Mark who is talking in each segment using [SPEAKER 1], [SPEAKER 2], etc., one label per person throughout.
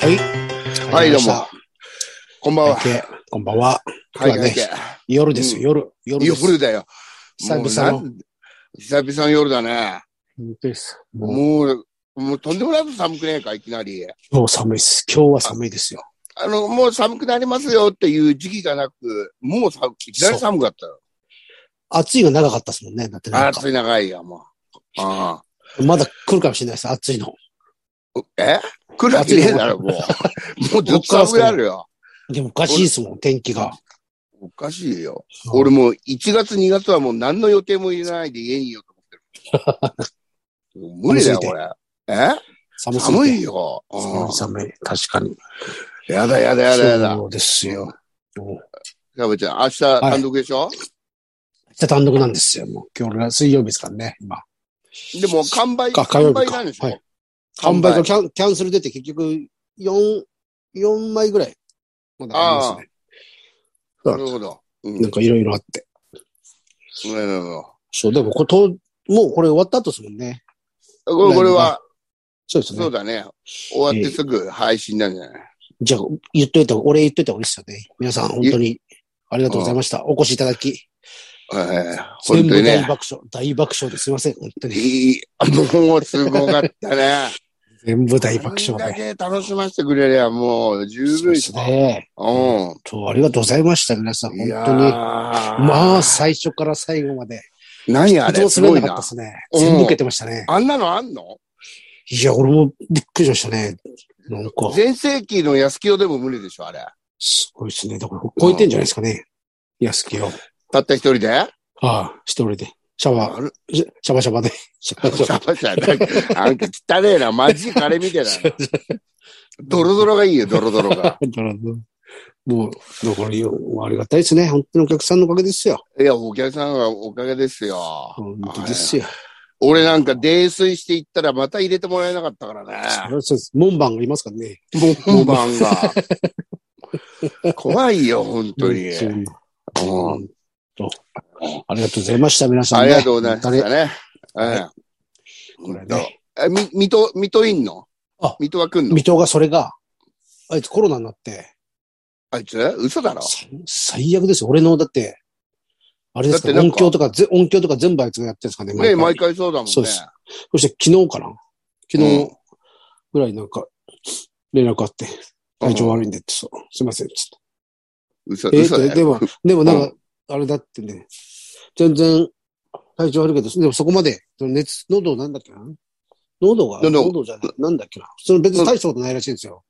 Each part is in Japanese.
[SPEAKER 1] はい、どうも。こんばんは。
[SPEAKER 2] 会計こんばんは。今日は
[SPEAKER 1] 会
[SPEAKER 2] ね
[SPEAKER 1] 計、
[SPEAKER 2] 夜です
[SPEAKER 1] う
[SPEAKER 2] よ、夜。夜です。
[SPEAKER 1] 夜だよ。
[SPEAKER 2] 久々
[SPEAKER 1] もうなん久々の夜だね。
[SPEAKER 2] 本当です。もう、
[SPEAKER 1] もう、もうとんでもないこと寒くねえか、いきなり。
[SPEAKER 2] 今日寒いです。今日は寒いですよ。
[SPEAKER 1] あの、もう寒くなりますよっていう時期がなく、もう寒く、いきなり寒かったよ。
[SPEAKER 2] 暑いが長かったですもんね。だってなんか
[SPEAKER 1] 暑い長いよ、もう。あ
[SPEAKER 2] まだ来るかもしれないです、暑いの。
[SPEAKER 1] あえ来るわけねえだろ、もう。もうずっと寒くなるよ。
[SPEAKER 2] でもおかしいですもん、天気が。
[SPEAKER 1] おかしいよ。俺もう1月2月はもう何の予定も入れないで家にいようと思って る。もう無理だよ、これ。え
[SPEAKER 2] 寒すぎて
[SPEAKER 1] 寒いよ。うん
[SPEAKER 2] 寒い寒い、確かに。
[SPEAKER 1] やだやだやだやだ。
[SPEAKER 2] そうですよ。もう
[SPEAKER 1] キャベちゃん、明日単独でしょ、
[SPEAKER 2] 明日単独なんですよ。もう今日俺は水曜日ですからね、今。
[SPEAKER 1] でも完売、
[SPEAKER 2] あ火曜
[SPEAKER 1] 完
[SPEAKER 2] 日か
[SPEAKER 1] 売なんでしょ、
[SPEAKER 2] はい
[SPEAKER 1] 完
[SPEAKER 2] 完
[SPEAKER 1] 売
[SPEAKER 2] 売がキャンキャンセル出て結局、4、4枚ぐらい。まだありますね。
[SPEAKER 1] なるほど。うん。
[SPEAKER 2] なんかいろいろあって。
[SPEAKER 1] なるほど。
[SPEAKER 2] そう、でもこれと、もうこれ終わった後ですもんね。
[SPEAKER 1] これこれは、
[SPEAKER 2] そうですね
[SPEAKER 1] そ。うだね。終わってすぐ配信なんじゃない、
[SPEAKER 2] じゃあ、言っといた、俺言っといた方がいいですよね。皆さん、本当に、ありがとうございました。お越しいただき。
[SPEAKER 1] ええ
[SPEAKER 2] 全
[SPEAKER 1] 本当
[SPEAKER 2] 部
[SPEAKER 1] に
[SPEAKER 2] 大
[SPEAKER 1] ね。
[SPEAKER 2] 爆笑、大爆笑ですいません、本当に。
[SPEAKER 1] いい、もうすごかったね。
[SPEAKER 2] 全部 大爆
[SPEAKER 1] こんだ
[SPEAKER 2] 笑で。
[SPEAKER 1] け楽しませてくれりゃもう十
[SPEAKER 2] そう
[SPEAKER 1] 分
[SPEAKER 2] ですね。
[SPEAKER 1] うん。
[SPEAKER 2] そう、ありがとうございました、皆さん、
[SPEAKER 1] い
[SPEAKER 2] 本
[SPEAKER 1] や
[SPEAKER 2] 当に。
[SPEAKER 1] ー
[SPEAKER 2] まあ、最初から最後まで。
[SPEAKER 1] 何あ
[SPEAKER 2] 一
[SPEAKER 1] れ
[SPEAKER 2] つ
[SPEAKER 1] す
[SPEAKER 2] も
[SPEAKER 1] ご
[SPEAKER 2] 滑
[SPEAKER 1] い
[SPEAKER 2] らなか
[SPEAKER 1] な
[SPEAKER 2] ったで。すね。
[SPEAKER 1] うん
[SPEAKER 2] 全部受けてましたね。
[SPEAKER 1] あんなのあんの
[SPEAKER 2] いや、俺もびっくりしましたね。なんか、
[SPEAKER 1] 全盛期の安清でも無理でしょ、あれ。
[SPEAKER 2] すごいですね。だから、超えてんじゃないですかね。安木を。あ
[SPEAKER 1] たった一人で
[SPEAKER 2] あ、一人で。シャワー、シャバシャバで。シャバシャ
[SPEAKER 1] シャバシャバなんかなんか汚ねえな。マジカレーみたいだな。ドロドロがいいよ、ドロドロが。
[SPEAKER 2] だからもう、もう、だからよ、ありがたいですね。本当にお客さんのおかげですよ。
[SPEAKER 1] いや、お客さんはおかげですよ。
[SPEAKER 2] 本当ですよ。
[SPEAKER 1] 俺なんか泥酔していったらまた入れてもらえなかったからね。
[SPEAKER 2] そうです。門番がいますからね。
[SPEAKER 1] 門番が。怖いよ、本当に。
[SPEAKER 2] そういう
[SPEAKER 1] うん
[SPEAKER 2] 本当ありがとうございました、皆さん、
[SPEAKER 1] あ
[SPEAKER 2] ね。
[SPEAKER 1] りがとうございま
[SPEAKER 2] 本当
[SPEAKER 1] し
[SPEAKER 2] に
[SPEAKER 1] たね。ええ
[SPEAKER 2] これね。
[SPEAKER 1] え、み、水戸、水戸いんの
[SPEAKER 2] あ
[SPEAKER 1] 水戸は来んの
[SPEAKER 2] 水戸がそれが、あいつコロナになって、
[SPEAKER 1] あいつ嘘だろ
[SPEAKER 2] さ最悪ですよ。俺の、だって、あれですか
[SPEAKER 1] だってなん
[SPEAKER 2] 音
[SPEAKER 1] か
[SPEAKER 2] 響とかぜ、音響とか全部あいつがやってるんですかね。
[SPEAKER 1] ねえ
[SPEAKER 2] 毎回
[SPEAKER 1] 毎回そうだもんね。
[SPEAKER 2] そうですそして昨日かな昨
[SPEAKER 1] う
[SPEAKER 2] 日
[SPEAKER 1] ん
[SPEAKER 2] ぐらいなんか、連絡あって、体調悪いんでって、そうすいません、つって。
[SPEAKER 1] 嘘、
[SPEAKER 2] え
[SPEAKER 1] 嘘だ
[SPEAKER 2] で
[SPEAKER 1] よ
[SPEAKER 2] でも、でもなん
[SPEAKER 1] う
[SPEAKER 2] か、あれだってね、全然体調悪いけど、でもそこまで、その熱、喉なんだっけな喉が、
[SPEAKER 1] 喉
[SPEAKER 2] 喉じゃない、なんだっけな。その別に大したことないらしいんですよ。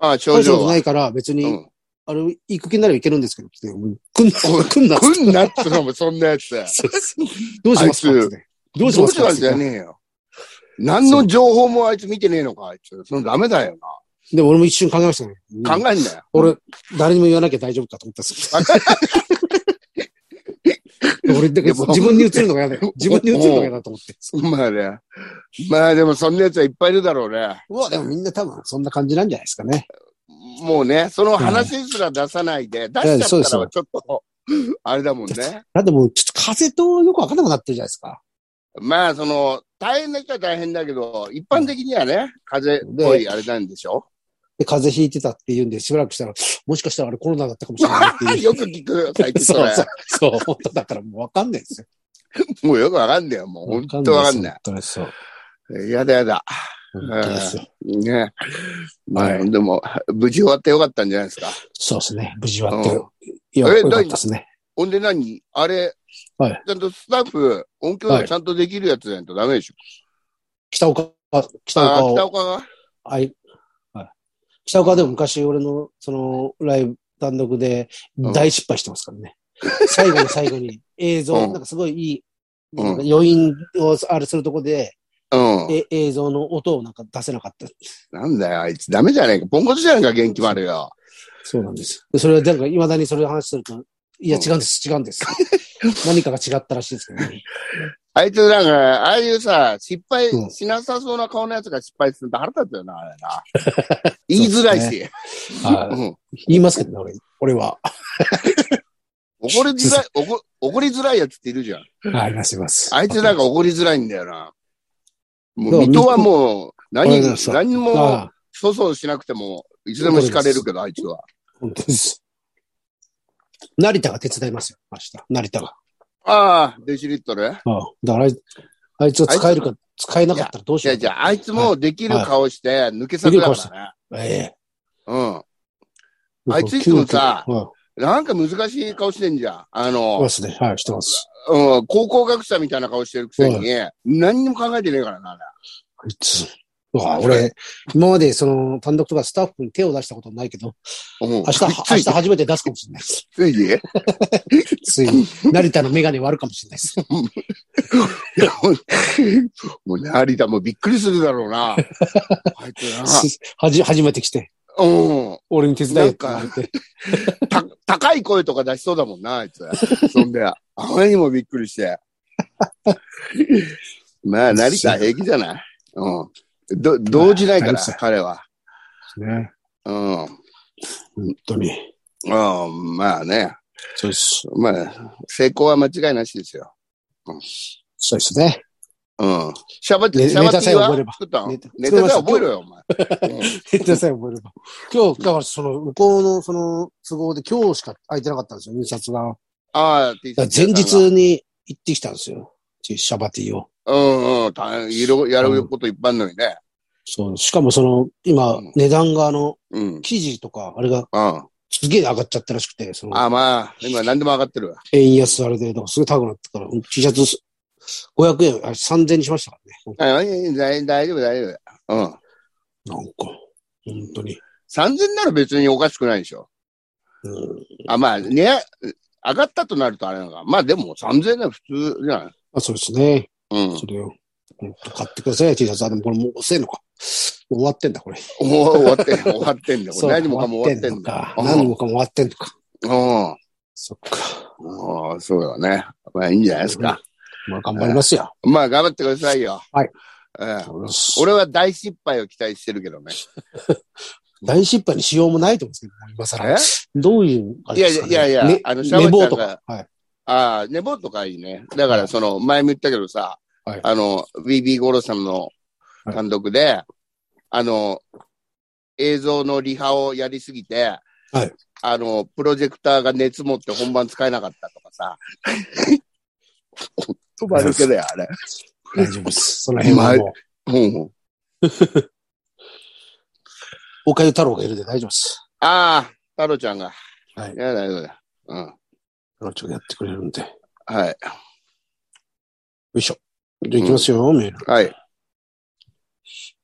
[SPEAKER 1] ああ、症
[SPEAKER 2] 大したこ
[SPEAKER 1] 状
[SPEAKER 2] と
[SPEAKER 1] は
[SPEAKER 2] な。いから、別に、
[SPEAKER 1] うん
[SPEAKER 2] あれ、行く気なら行けるんですけど、って、もう来んな、
[SPEAKER 1] おい
[SPEAKER 2] 来んな、
[SPEAKER 1] 来んなっつうのも、そんなやつ。
[SPEAKER 2] そうそうどうします
[SPEAKER 1] あい
[SPEAKER 2] か
[SPEAKER 1] つ
[SPEAKER 2] って。どうしますか
[SPEAKER 1] どう
[SPEAKER 2] っ
[SPEAKER 1] しじゃ
[SPEAKER 2] て。
[SPEAKER 1] ねえよ。何の情報もあいつ見てねえのか、あいつ。そのダメだよ
[SPEAKER 2] でも俺も一瞬考えましたね。
[SPEAKER 1] な。考えんな よ。
[SPEAKER 2] 俺、誰にも言わなきゃ大丈夫かと思ったんです
[SPEAKER 1] わ
[SPEAKER 2] よ。俺、だけ
[SPEAKER 1] いやもう
[SPEAKER 2] ど自分に映るのが嫌だ よ。自分に映るのが嫌だと思って。
[SPEAKER 1] まあね。まあでも、そんなやつはいっぱいいるだろうね。
[SPEAKER 2] うわ、でもみんな多分そんな感じなんじゃないですかね。
[SPEAKER 1] もうね、その話すら出さないで、出しちゃったらちょっと、あれだもんね。
[SPEAKER 2] だってもうちょっと風とよくわかんなくなってるじゃないですか。
[SPEAKER 1] まあ、その、大変な人は大変だけど、一般的にはね、風邪っぽいあれなんでしょ
[SPEAKER 2] で、風邪ひいてたって言うんで、しばらくしたら、もしかしたらあれコロナだったかもしれないっていう。
[SPEAKER 1] よく聞く、最近 そ
[SPEAKER 2] そう
[SPEAKER 1] れ。
[SPEAKER 2] そう。そう、本当だからもうわかんないですよ。
[SPEAKER 1] もうよくわかんないよ、もう。ほんとわかんない
[SPEAKER 2] 本。当ですそう。
[SPEAKER 1] やだやだ。
[SPEAKER 2] 本当ですよ。
[SPEAKER 1] ね。まあ、
[SPEAKER 2] は
[SPEAKER 1] でも、無事終わってよかったんじゃないですか。
[SPEAKER 2] そうですね。無事終わって
[SPEAKER 1] う
[SPEAKER 2] る。いや、
[SPEAKER 1] え
[SPEAKER 2] よかったですね。
[SPEAKER 1] ほんで何あれ、
[SPEAKER 2] はい
[SPEAKER 1] ちゃんとスタッフ、音響
[SPEAKER 2] は
[SPEAKER 1] が
[SPEAKER 2] い
[SPEAKER 1] ちゃんとできるやつじゃないとダメでしょ。
[SPEAKER 2] 北岡、北
[SPEAKER 1] ああ、
[SPEAKER 2] 岡
[SPEAKER 1] 北
[SPEAKER 2] を、
[SPEAKER 1] 岡が
[SPEAKER 2] はい。はい北岡でも昔俺の、その、ライブ単独で
[SPEAKER 1] うん
[SPEAKER 2] 大失敗してますからね。最後の最後 に映像、
[SPEAKER 1] うん
[SPEAKER 2] なんかすごいいい、
[SPEAKER 1] うん
[SPEAKER 2] なんか余韻をあれするとこで、
[SPEAKER 1] うん。
[SPEAKER 2] え映像の音をなんか出せなかった。
[SPEAKER 1] なんだよ、あいつ。ダメじゃないか。ポンコツじゃないか、元気丸よ。
[SPEAKER 2] そうなんです。それはなんか未だにそれを話すると、いや
[SPEAKER 1] うん
[SPEAKER 2] 違うんです、違うん です。何かが違ったらしいですけどね。
[SPEAKER 1] あいつ、なんか、ああいうさ、失敗
[SPEAKER 2] うん
[SPEAKER 1] しなさそうな顔のやつが失敗すると腹立つよな、あれな。 言いづらいし。う
[SPEAKER 2] はい
[SPEAKER 1] ん
[SPEAKER 2] 言いますけどね、俺俺は。
[SPEAKER 1] 怒りづらい、怒怒りづらいやつっているじゃん。
[SPEAKER 2] あります、います
[SPEAKER 1] あいつなんか怒りづらいんだよな。もう、
[SPEAKER 2] だから
[SPEAKER 1] 水戸はもう、何
[SPEAKER 2] わかりまし、た
[SPEAKER 1] 何も、
[SPEAKER 2] あ
[SPEAKER 1] 粗相しなくても、いつでも敷かれるけど、あいつは。
[SPEAKER 2] 本当です。成田が手伝いますよ、明日。成田が。
[SPEAKER 1] ああ、デシリットル
[SPEAKER 2] ああだからあい、あいつは使えるか、使えなかったらどうし
[SPEAKER 1] じゃ
[SPEAKER 2] よ
[SPEAKER 1] あ
[SPEAKER 2] う。
[SPEAKER 1] じゃあ、あいつもできる顔して、抜け策だ
[SPEAKER 2] できる
[SPEAKER 1] からね。
[SPEAKER 2] え
[SPEAKER 1] うん。
[SPEAKER 2] え
[SPEAKER 1] あいついつもさ
[SPEAKER 2] 急にうん
[SPEAKER 1] なんか難しい顔してんじゃん。あ
[SPEAKER 2] してま
[SPEAKER 1] の、
[SPEAKER 2] すね。はい、してます。
[SPEAKER 1] うん、高校学者みたいな顔してるくせに、何にも考えてねえからな、あれ
[SPEAKER 2] あいつ。うわ、俺、今までその、単独とかスタッフに手を出したことないけど、
[SPEAKER 1] うん
[SPEAKER 2] 明日、明
[SPEAKER 1] つい
[SPEAKER 2] 日初めて出すかもしれないです。
[SPEAKER 1] ついにい
[SPEAKER 2] ついに、成田のメガネ割るかもしれないです。
[SPEAKER 1] やほん もう、成田もびっくりするだろう な。あいつな。
[SPEAKER 2] はじ、初めて来て、
[SPEAKER 1] うん。
[SPEAKER 2] 俺に手伝えって言われて。
[SPEAKER 1] た、高い声とか出しそうだもんな、あいつ。そんで、あまりにもびっくりして。 まあ、成田平気じゃないうん。ど、動じないか
[SPEAKER 2] ま
[SPEAKER 1] ら
[SPEAKER 2] あ成田、
[SPEAKER 1] 彼は。
[SPEAKER 2] ね。
[SPEAKER 1] うん。う
[SPEAKER 2] 本当に。
[SPEAKER 1] ん、まあね。
[SPEAKER 2] そうです。
[SPEAKER 1] まあ、成功は間違いなしですよ。
[SPEAKER 2] そうですね。
[SPEAKER 1] うん。シャバティ、
[SPEAKER 2] ね
[SPEAKER 1] シャバ
[SPEAKER 2] ネ
[SPEAKER 1] テ
[SPEAKER 2] タさ
[SPEAKER 1] ィ
[SPEAKER 2] え覚えれ
[SPEAKER 1] は
[SPEAKER 2] ば
[SPEAKER 1] 作ったの
[SPEAKER 2] ネ
[SPEAKER 1] ネ
[SPEAKER 2] タ
[SPEAKER 1] タさえ覚えろよ、お前。うん
[SPEAKER 2] 手伝え覚えれば。今日、だからその、向こうのその、都合で今日しか空いてなかったんですよ、印刷が。
[SPEAKER 1] ああ、T シ
[SPEAKER 2] だ
[SPEAKER 1] ャ
[SPEAKER 2] か
[SPEAKER 1] ツ
[SPEAKER 2] ら前
[SPEAKER 1] 屋さんが。
[SPEAKER 2] 日に行ってきたんですよ。シャバティを。
[SPEAKER 1] うんうん。大変、いろ、やることいっぱいあるのにね。
[SPEAKER 2] そう。しかもその、今
[SPEAKER 1] うん、
[SPEAKER 2] 値段があの、
[SPEAKER 1] うん。うん。
[SPEAKER 2] 生地とか、あれが
[SPEAKER 1] あ
[SPEAKER 2] すげえ上がっちゃったらしくて、その、
[SPEAKER 1] あ、まあ、今何でも上がってるわ。
[SPEAKER 2] 円安あれで、だからすごい高くなったから、うん T シャツ500円、あれ3000円にしましたからね。
[SPEAKER 1] あいやいや大大丈夫、大丈夫。うん。
[SPEAKER 2] なんか、本当に。
[SPEAKER 1] 3000なら別におかしくないでしょ。
[SPEAKER 2] うん。
[SPEAKER 1] あ、まあ、ね、上がったとなるとあれなのか。まあでも3000なら普通じゃない。
[SPEAKER 2] まあそうですね。
[SPEAKER 1] うん
[SPEAKER 2] そ。れを、ほんと買ってください、T シャツ。あ、でもこれもう遅いのか。もう終わってんだ、これ。
[SPEAKER 1] お終わ ってん、終わってんだよ。これ何もかも終わってんだ。
[SPEAKER 2] だ
[SPEAKER 1] うん
[SPEAKER 2] 何もかも終わってんのか。
[SPEAKER 1] うん。
[SPEAKER 2] そっか。
[SPEAKER 1] うんそうだね。まあいいんじゃないですか。
[SPEAKER 2] まあ頑張りますよ。
[SPEAKER 1] まあ頑張ってくださいよ。
[SPEAKER 2] はい。
[SPEAKER 1] うん。
[SPEAKER 2] よし
[SPEAKER 1] 俺は大失敗を期待してるけどね。
[SPEAKER 2] 大失敗にしようもないと思うんですけど、今更。どういう、あ
[SPEAKER 1] い
[SPEAKER 2] れ
[SPEAKER 1] や
[SPEAKER 2] で
[SPEAKER 1] い
[SPEAKER 2] す
[SPEAKER 1] や
[SPEAKER 2] か
[SPEAKER 1] いやいや、
[SPEAKER 2] ね
[SPEAKER 1] あの、シャ
[SPEAKER 2] 寝
[SPEAKER 1] ワち
[SPEAKER 2] 坊
[SPEAKER 1] ゃん
[SPEAKER 2] と
[SPEAKER 1] が
[SPEAKER 2] か。、はい。
[SPEAKER 1] ああ、寝坊とかいいね。だからその、前も言ったけどさ、
[SPEAKER 2] はい
[SPEAKER 1] あの、BB ゴロさんの単独で、あの、映像のリハをやりすぎて、
[SPEAKER 2] はい
[SPEAKER 1] あの、プロジェクターが熱持って本番使えなかったとかさ。言葉抜けだよ、あれ。
[SPEAKER 2] 大丈夫です。 その辺はもう、
[SPEAKER 1] うん。
[SPEAKER 2] 岡井太郎がいるんで大丈夫です。
[SPEAKER 1] ああ、太郎ちゃんが。
[SPEAKER 2] はい
[SPEAKER 1] いや、大丈夫だ。うん。
[SPEAKER 2] 太郎ちゃんがやってくれるんで。よ
[SPEAKER 1] はい。
[SPEAKER 2] いしょ。じゃあ行きますよ、メール。
[SPEAKER 1] はい。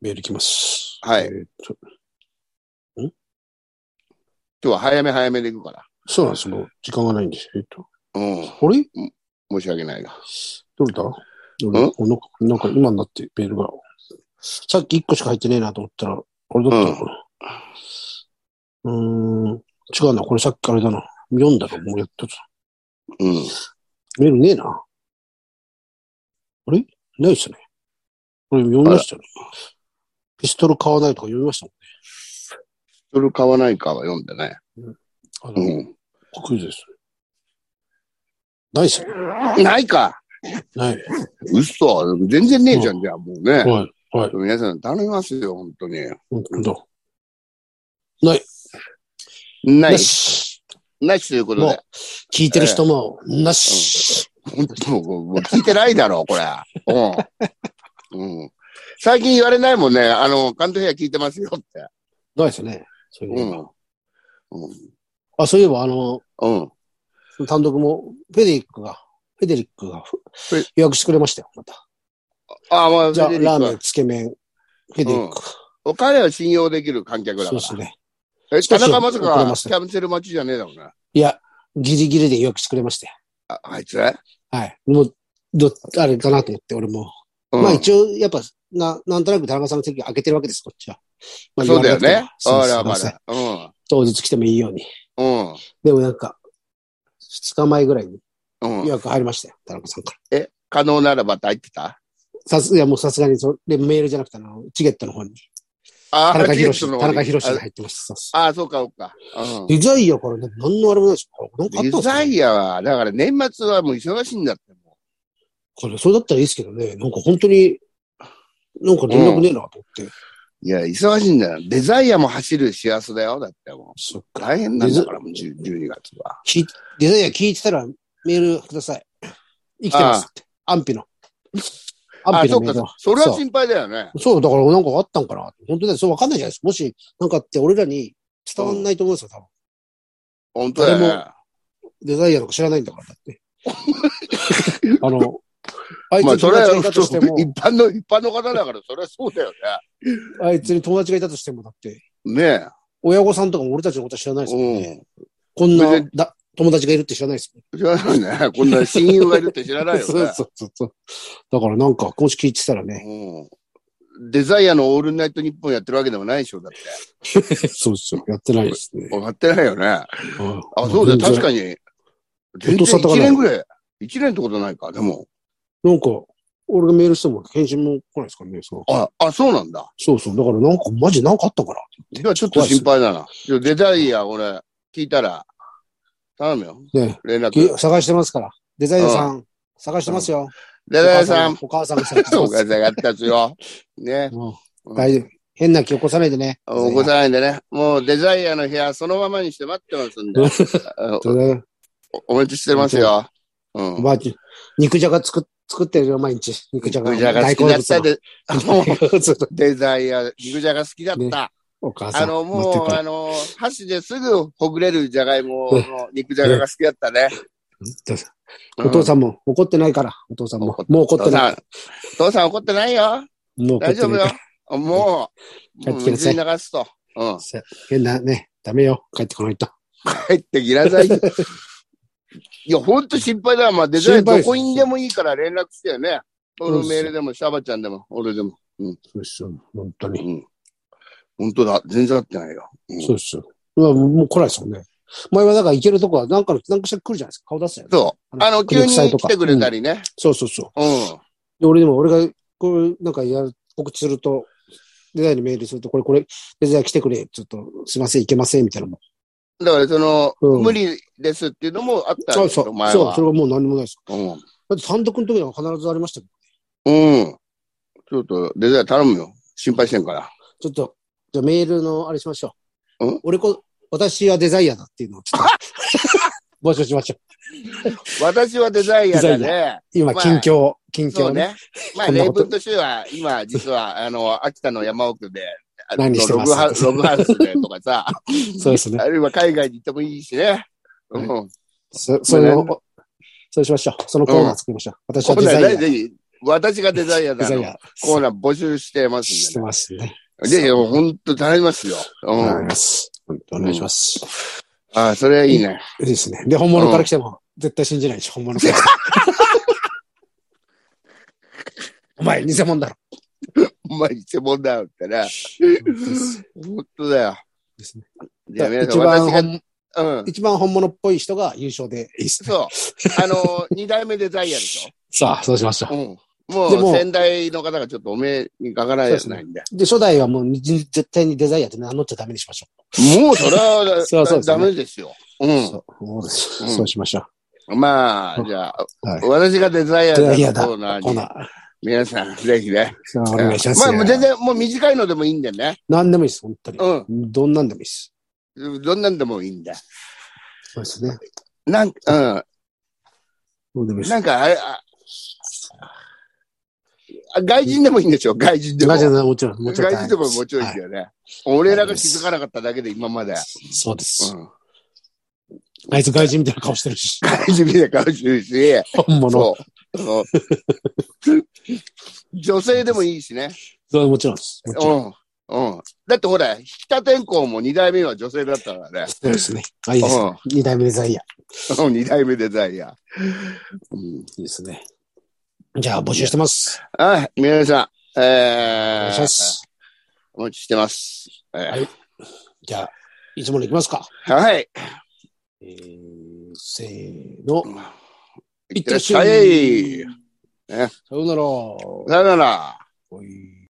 [SPEAKER 2] メール行きます。
[SPEAKER 1] はい
[SPEAKER 2] えーっと
[SPEAKER 1] 今日は早め早めで行くから。
[SPEAKER 2] そうなんですよ。もう時間がないんです。えーっと。
[SPEAKER 1] うん。
[SPEAKER 2] あれ
[SPEAKER 1] 申し訳ないが。
[SPEAKER 2] どれだ俺おなんか、なんか今になってメールが。さっき1個しか入ってねえなと思ったら、これだったのかな。うーん、違うな。これさっきあれだな。読んだらもうやったぞ。
[SPEAKER 1] うん。
[SPEAKER 2] メールねえな。あれないっすね。これ読みましたね。ピストル買わないとか読みました
[SPEAKER 1] それ買わないかは読んでね。
[SPEAKER 2] もん。あの、
[SPEAKER 1] うん。
[SPEAKER 2] クイズです。ないっすね。
[SPEAKER 1] ないか。
[SPEAKER 2] ない。
[SPEAKER 1] 嘘。全然ねえじゃん、じゃあもうね。
[SPEAKER 2] はい。はい。
[SPEAKER 1] 皆さん頼みますよ、本当に。
[SPEAKER 2] 本当
[SPEAKER 1] な
[SPEAKER 2] ないい。し。
[SPEAKER 1] ないしということ
[SPEAKER 2] もう
[SPEAKER 1] で。、
[SPEAKER 2] 聞いてる人も、なし。
[SPEAKER 1] 本当もうもう聞いてないだろう、これ。うん。うん。最近言われないもんね。あの、関東平聞いてますよって。
[SPEAKER 2] ないですね。そういう
[SPEAKER 1] う
[SPEAKER 2] の
[SPEAKER 1] ん。うん。
[SPEAKER 2] あ、そういえば、あの、
[SPEAKER 1] うん。
[SPEAKER 2] 単独も、フェデリックが、フェデリックが
[SPEAKER 1] え
[SPEAKER 2] 予約してくれましたよ、また。
[SPEAKER 1] ああ、まあ、
[SPEAKER 2] じゃあ、
[SPEAKER 1] フェデリ
[SPEAKER 2] ラ
[SPEAKER 1] ック
[SPEAKER 2] ーメ
[SPEAKER 1] は
[SPEAKER 2] ン、つけ麺、フェデリック。
[SPEAKER 1] 彼は信用できる観客だ
[SPEAKER 2] そう
[SPEAKER 1] か
[SPEAKER 2] ですね。
[SPEAKER 1] ら。え、田中ま
[SPEAKER 2] 遅
[SPEAKER 1] さ
[SPEAKER 2] れ
[SPEAKER 1] か
[SPEAKER 2] ま
[SPEAKER 1] キ
[SPEAKER 2] す
[SPEAKER 1] ャンセル待ちじゃねえだろうな。
[SPEAKER 2] いや、ギリギリで予約してくれましたよ。
[SPEAKER 1] ああいつね
[SPEAKER 2] はい。もう、ど、あれかなと思って、俺も。
[SPEAKER 1] うん
[SPEAKER 2] まあ一応、やっぱ、な、なんとなく田中さんの席開けてるわけです、こっちは。まあ
[SPEAKER 1] そうだよ
[SPEAKER 2] 言わ
[SPEAKER 1] ね
[SPEAKER 2] なく。ても
[SPEAKER 1] あ
[SPEAKER 2] そう
[SPEAKER 1] ら
[SPEAKER 2] で
[SPEAKER 1] ます
[SPEAKER 2] すいません
[SPEAKER 1] だ。う
[SPEAKER 2] 当日来てもいいように。
[SPEAKER 1] ん。うん。
[SPEAKER 2] でもなんか、2日前ぐらいに
[SPEAKER 1] うん
[SPEAKER 2] 予。約入りましたよ、田中さんから。
[SPEAKER 1] 可能ならばって入ってた
[SPEAKER 2] さす、いやもうさすがにそれ、メールじゃなくて、あの、チケットの方に。
[SPEAKER 1] あ
[SPEAKER 2] 田中宏
[SPEAKER 1] チケットの
[SPEAKER 2] 田
[SPEAKER 1] 方に
[SPEAKER 2] 中宏が入ってました。そう
[SPEAKER 1] ああ、そうか、そうか。うん
[SPEAKER 2] デザイアからね、何のあれもないですよ。なんかあった
[SPEAKER 1] デ
[SPEAKER 2] んです
[SPEAKER 1] ザ
[SPEAKER 2] かね
[SPEAKER 1] イアは、だから年末はもう忙しいんだって。も
[SPEAKER 2] これ、それだったらいいですけどね、なんか本当に、なんか連絡ねえなと思って。
[SPEAKER 1] いや、忙しいんだよ。デザイアも走る幸せだよ。だっても
[SPEAKER 2] そっ
[SPEAKER 1] う、
[SPEAKER 2] か。
[SPEAKER 1] 大変なんだから、もう10 12月は。
[SPEAKER 2] 聞いデザイア聞いてたらメールください。生きてますって。安 否の。
[SPEAKER 1] あ、
[SPEAKER 2] 安否の
[SPEAKER 1] そっ
[SPEAKER 2] メー
[SPEAKER 1] か
[SPEAKER 2] ル。
[SPEAKER 1] それは心配だよね。
[SPEAKER 2] そう、だからなんかあったんかな。本当だよ。そうわかんないじゃないですか。もし、なんかあって俺らに伝わんないと思うんですよ、多分。
[SPEAKER 1] 本当だよね。
[SPEAKER 2] デザイアとか知らないんだから、だ って。あの、あいつ
[SPEAKER 1] まあ、
[SPEAKER 2] に
[SPEAKER 1] そ
[SPEAKER 2] 友
[SPEAKER 1] れ
[SPEAKER 2] 達が
[SPEAKER 1] は、
[SPEAKER 2] いたとしても、
[SPEAKER 1] 一般の、一般の方だから、それはそうだよ
[SPEAKER 2] あいつに友達がいたとしても、だって、
[SPEAKER 1] ね。ね
[SPEAKER 2] 親御さんとかも俺たちのことは知らないですもんね。
[SPEAKER 1] え。
[SPEAKER 2] こんな
[SPEAKER 1] 別に
[SPEAKER 2] だ友達がいるって知らないですもん
[SPEAKER 1] うん。知らないね。こんな親友がいるって知らないよね。
[SPEAKER 2] そうそうそうそう。だからなんか、公式聞いてたら ね。
[SPEAKER 1] うんデザイアのオールナイトニッポンやってるわけでもないでしょ、だって。
[SPEAKER 2] そうですよ。やってないですね。
[SPEAKER 1] 分かってないよね。あ、
[SPEAKER 2] あ
[SPEAKER 1] そうだよ、確
[SPEAKER 2] に。
[SPEAKER 1] かに。全然
[SPEAKER 2] 音沙汰がない
[SPEAKER 1] 1年ぐらい。1年ってことないか、でも。
[SPEAKER 2] なんか、俺がメールしても返信も来ないですからね。そう
[SPEAKER 1] あ、あ、そうなんだ。
[SPEAKER 2] そうそう。だからなんか、マジなんかあったんかな。
[SPEAKER 1] ではちょっと心配だな。いやデザイア、俺、聞いたら、頼むよ。
[SPEAKER 2] ね
[SPEAKER 1] 連絡。
[SPEAKER 2] え探してますから。デザイナーさん、探してますよ。
[SPEAKER 1] デザイアさん、
[SPEAKER 2] お母さんが探して
[SPEAKER 1] お
[SPEAKER 2] ます
[SPEAKER 1] 母さんがったすよ。ね。
[SPEAKER 2] も
[SPEAKER 1] う
[SPEAKER 2] うん 大丈夫。変な気起こさないでね。
[SPEAKER 1] 起こさないんでね。もうデザイアの部屋そのままにして待ってますんで。あ
[SPEAKER 2] そうだね
[SPEAKER 1] おお待ちしてますよ。うん
[SPEAKER 2] お。ばあちゃん、肉じゃが作っ作ってるよ、毎日。肉じゃが。
[SPEAKER 1] 肉じゃが好きだった
[SPEAKER 2] 大
[SPEAKER 1] で、
[SPEAKER 2] 好 物の
[SPEAKER 1] デザイア、肉じゃが好きだった。
[SPEAKER 2] ねお母さん。
[SPEAKER 1] あの、
[SPEAKER 2] 持っ
[SPEAKER 1] も
[SPEAKER 2] て
[SPEAKER 1] う、
[SPEAKER 2] く
[SPEAKER 1] あ
[SPEAKER 2] る
[SPEAKER 1] の、箸ですぐほぐれるじゃがいもの肉じゃがが好きだったね。
[SPEAKER 2] お父さんも怒ってないから、お父さんも
[SPEAKER 1] 怒っ。
[SPEAKER 2] もう怒
[SPEAKER 1] お
[SPEAKER 2] って
[SPEAKER 1] 父
[SPEAKER 2] な
[SPEAKER 1] さ
[SPEAKER 2] い
[SPEAKER 1] ん。、お父さん怒ってないよ。
[SPEAKER 2] もう怒
[SPEAKER 1] 大
[SPEAKER 2] って
[SPEAKER 1] 丈夫
[SPEAKER 2] な
[SPEAKER 1] よ
[SPEAKER 2] い。。
[SPEAKER 1] もう、
[SPEAKER 2] 帰
[SPEAKER 1] も
[SPEAKER 2] って
[SPEAKER 1] う
[SPEAKER 2] きなさ
[SPEAKER 1] 水
[SPEAKER 2] い
[SPEAKER 1] に流すと。うん。
[SPEAKER 2] さ変なね、ダメよ。帰ってこないと。
[SPEAKER 1] 帰ってきなさ い。いや、ほんと心配だよ。まあ、デザイン
[SPEAKER 2] 心配
[SPEAKER 1] ど
[SPEAKER 2] です
[SPEAKER 1] こにでもいいから連絡してよね。
[SPEAKER 2] そう
[SPEAKER 1] 俺
[SPEAKER 2] です
[SPEAKER 1] メールでも、シャバちゃんでも、俺でも。
[SPEAKER 2] そうっすよ。本当
[SPEAKER 1] う
[SPEAKER 2] に。
[SPEAKER 1] ん。本当だ。全然合ってないよ。うん
[SPEAKER 2] そうっすよ。うわもうもう来ないですもんね。前はだから行けるとこは、なんかの、なんかしたら来るじゃないですか。顔出すじゃないですか。
[SPEAKER 1] そう。あの、
[SPEAKER 2] 国
[SPEAKER 1] 急に
[SPEAKER 2] 際と
[SPEAKER 1] 来
[SPEAKER 2] か
[SPEAKER 1] てくれたりね。
[SPEAKER 2] そうそうそう。
[SPEAKER 1] うん。
[SPEAKER 2] で、俺でも、俺が、こう、なんかやる、告知すると、デザインにメールすると、これ、これ、デザイン来てくれ、ちょっと、すいません、いけません、みたいなのも。
[SPEAKER 1] だから、その、
[SPEAKER 2] うん
[SPEAKER 1] 無理ですっていうのもあったん
[SPEAKER 2] そう
[SPEAKER 1] です
[SPEAKER 2] そ
[SPEAKER 1] よ、
[SPEAKER 2] う、
[SPEAKER 1] 前
[SPEAKER 2] そう、
[SPEAKER 1] は
[SPEAKER 2] そ。れはもう何もないです。
[SPEAKER 1] うん。
[SPEAKER 2] だって単独の時は必ずありましたけ
[SPEAKER 1] うん。ちょっと、デザイン頼むよ。心配してんから。
[SPEAKER 2] ど、ちょっと、じゃあメールの、あれしましょう。
[SPEAKER 1] うん
[SPEAKER 2] 俺こ、私はデザイアだっていうのを、ちょっ と、募集しましょう。
[SPEAKER 1] 私はデザイア
[SPEAKER 2] デ
[SPEAKER 1] だね。
[SPEAKER 2] 今、
[SPEAKER 1] まあ
[SPEAKER 2] 近況、近況
[SPEAKER 1] そう
[SPEAKER 2] ね。
[SPEAKER 1] ね。まあ、
[SPEAKER 2] こんな
[SPEAKER 1] 例
[SPEAKER 2] こと
[SPEAKER 1] 文としては、今、実は、 あの、秋田の山奥で、あの
[SPEAKER 2] 何して
[SPEAKER 1] ロ
[SPEAKER 2] ます
[SPEAKER 1] グハウログハウスでとか さ、
[SPEAKER 2] そうですね
[SPEAKER 1] あ。るいは海外に行ってもいいしね。うん。こ
[SPEAKER 2] そ、それ
[SPEAKER 1] ま
[SPEAKER 2] を、
[SPEAKER 1] あ
[SPEAKER 2] そうしましょう。そのコーナー作りましょう。私は
[SPEAKER 1] ー
[SPEAKER 2] デ
[SPEAKER 1] ナ
[SPEAKER 2] ザ
[SPEAKER 1] ー
[SPEAKER 2] イア
[SPEAKER 1] ね、ぜひ、私がデザイア
[SPEAKER 2] デ
[SPEAKER 1] だ
[SPEAKER 2] ザイ
[SPEAKER 1] の
[SPEAKER 2] ア。
[SPEAKER 1] コーナー募集してます
[SPEAKER 2] し
[SPEAKER 1] ん
[SPEAKER 2] て
[SPEAKER 1] でね。
[SPEAKER 2] ますね。
[SPEAKER 1] ぜひ、ほんと頼みますよ。う
[SPEAKER 2] お願いし
[SPEAKER 1] ん。
[SPEAKER 2] ます。お願いします。
[SPEAKER 1] ああ、それはいいね。
[SPEAKER 2] いいですね。で、本物から来ても、絶対信じないでしょ、本物 から。お前、偽物だろ。
[SPEAKER 1] お前、偽物だよってね。
[SPEAKER 2] です
[SPEAKER 1] ほんとだよ。
[SPEAKER 2] ですね。
[SPEAKER 1] じゃあ、皆さ
[SPEAKER 2] 一
[SPEAKER 1] ん、
[SPEAKER 2] 番
[SPEAKER 1] 私が、
[SPEAKER 2] 本、
[SPEAKER 1] うん。
[SPEAKER 2] 一番本物っぽい人が優勝でいいですね。
[SPEAKER 1] そう。あの、二代目デザイアでしょ
[SPEAKER 2] さあ、そうしましょ
[SPEAKER 1] うん。も
[SPEAKER 2] で
[SPEAKER 1] う、
[SPEAKER 2] も
[SPEAKER 1] 先代の方がちょっとお目にかからないんで。
[SPEAKER 2] う。で、初代はもう、じ絶対にデザイアって名乗っちゃダメにしましょ
[SPEAKER 1] もう、それは、
[SPEAKER 2] そうそうですね
[SPEAKER 1] ダメですよ。う
[SPEAKER 2] う。
[SPEAKER 1] ん。
[SPEAKER 2] そうそうです
[SPEAKER 1] うん
[SPEAKER 2] そうしましょう。
[SPEAKER 1] まあ、じゃあ、
[SPEAKER 2] はい
[SPEAKER 1] 私がデザイア
[SPEAKER 2] デザ
[SPEAKER 1] ー
[SPEAKER 2] イア
[SPEAKER 1] の
[SPEAKER 2] だ。
[SPEAKER 1] コ
[SPEAKER 2] コ
[SPEAKER 1] ー
[SPEAKER 2] ーナ
[SPEAKER 1] ナーに、
[SPEAKER 2] ー。
[SPEAKER 1] 皆さん、ぜひね。
[SPEAKER 2] さあお願いします
[SPEAKER 1] まあ、
[SPEAKER 2] よ。
[SPEAKER 1] もう全然、もう短いのでもいいんでね。
[SPEAKER 2] 何でもいいです、本当に。
[SPEAKER 1] う
[SPEAKER 2] どんなんでもいいです。
[SPEAKER 1] ん。どんなんでもいいんで。
[SPEAKER 2] そうですね。
[SPEAKER 1] なん、う
[SPEAKER 2] どうでもいい
[SPEAKER 1] ん。
[SPEAKER 2] です。
[SPEAKER 1] なんか、あれ、ああ外人でもいいんでしょ外人でも。
[SPEAKER 2] ガジェさんもちろん、もちろん。
[SPEAKER 1] 外人でももちろんいいんだよね。俺らが気づかなかっただけで、今まで。
[SPEAKER 2] そうです
[SPEAKER 1] う。ん。
[SPEAKER 2] あいつ外人みたいな顔してる し、
[SPEAKER 1] 外人みたいな顔してるし。
[SPEAKER 2] 本物。
[SPEAKER 1] そう。そう女性でもいいしね。
[SPEAKER 2] それもちろんです。もち
[SPEAKER 1] う
[SPEAKER 2] ろん。
[SPEAKER 1] ん。うん。だってほら、引田天功も二代目は女性だったからね。
[SPEAKER 2] そうですね。あ、いいですね。二代目デザイア。
[SPEAKER 1] うん。二代目デザイア。うん。
[SPEAKER 2] いいですね。じゃあ、募集してます。
[SPEAKER 1] はい、皆さ
[SPEAKER 2] お
[SPEAKER 1] ん、
[SPEAKER 2] 願
[SPEAKER 1] え
[SPEAKER 2] いしま
[SPEAKER 1] ー、
[SPEAKER 2] す。
[SPEAKER 1] お待ちしてます。え
[SPEAKER 2] じゃあ、いつものいきますか。
[SPEAKER 1] ーはい。
[SPEAKER 2] えー、せーの。
[SPEAKER 1] いってらっしゃい。
[SPEAKER 2] さようなら。
[SPEAKER 1] さよなら。
[SPEAKER 2] おい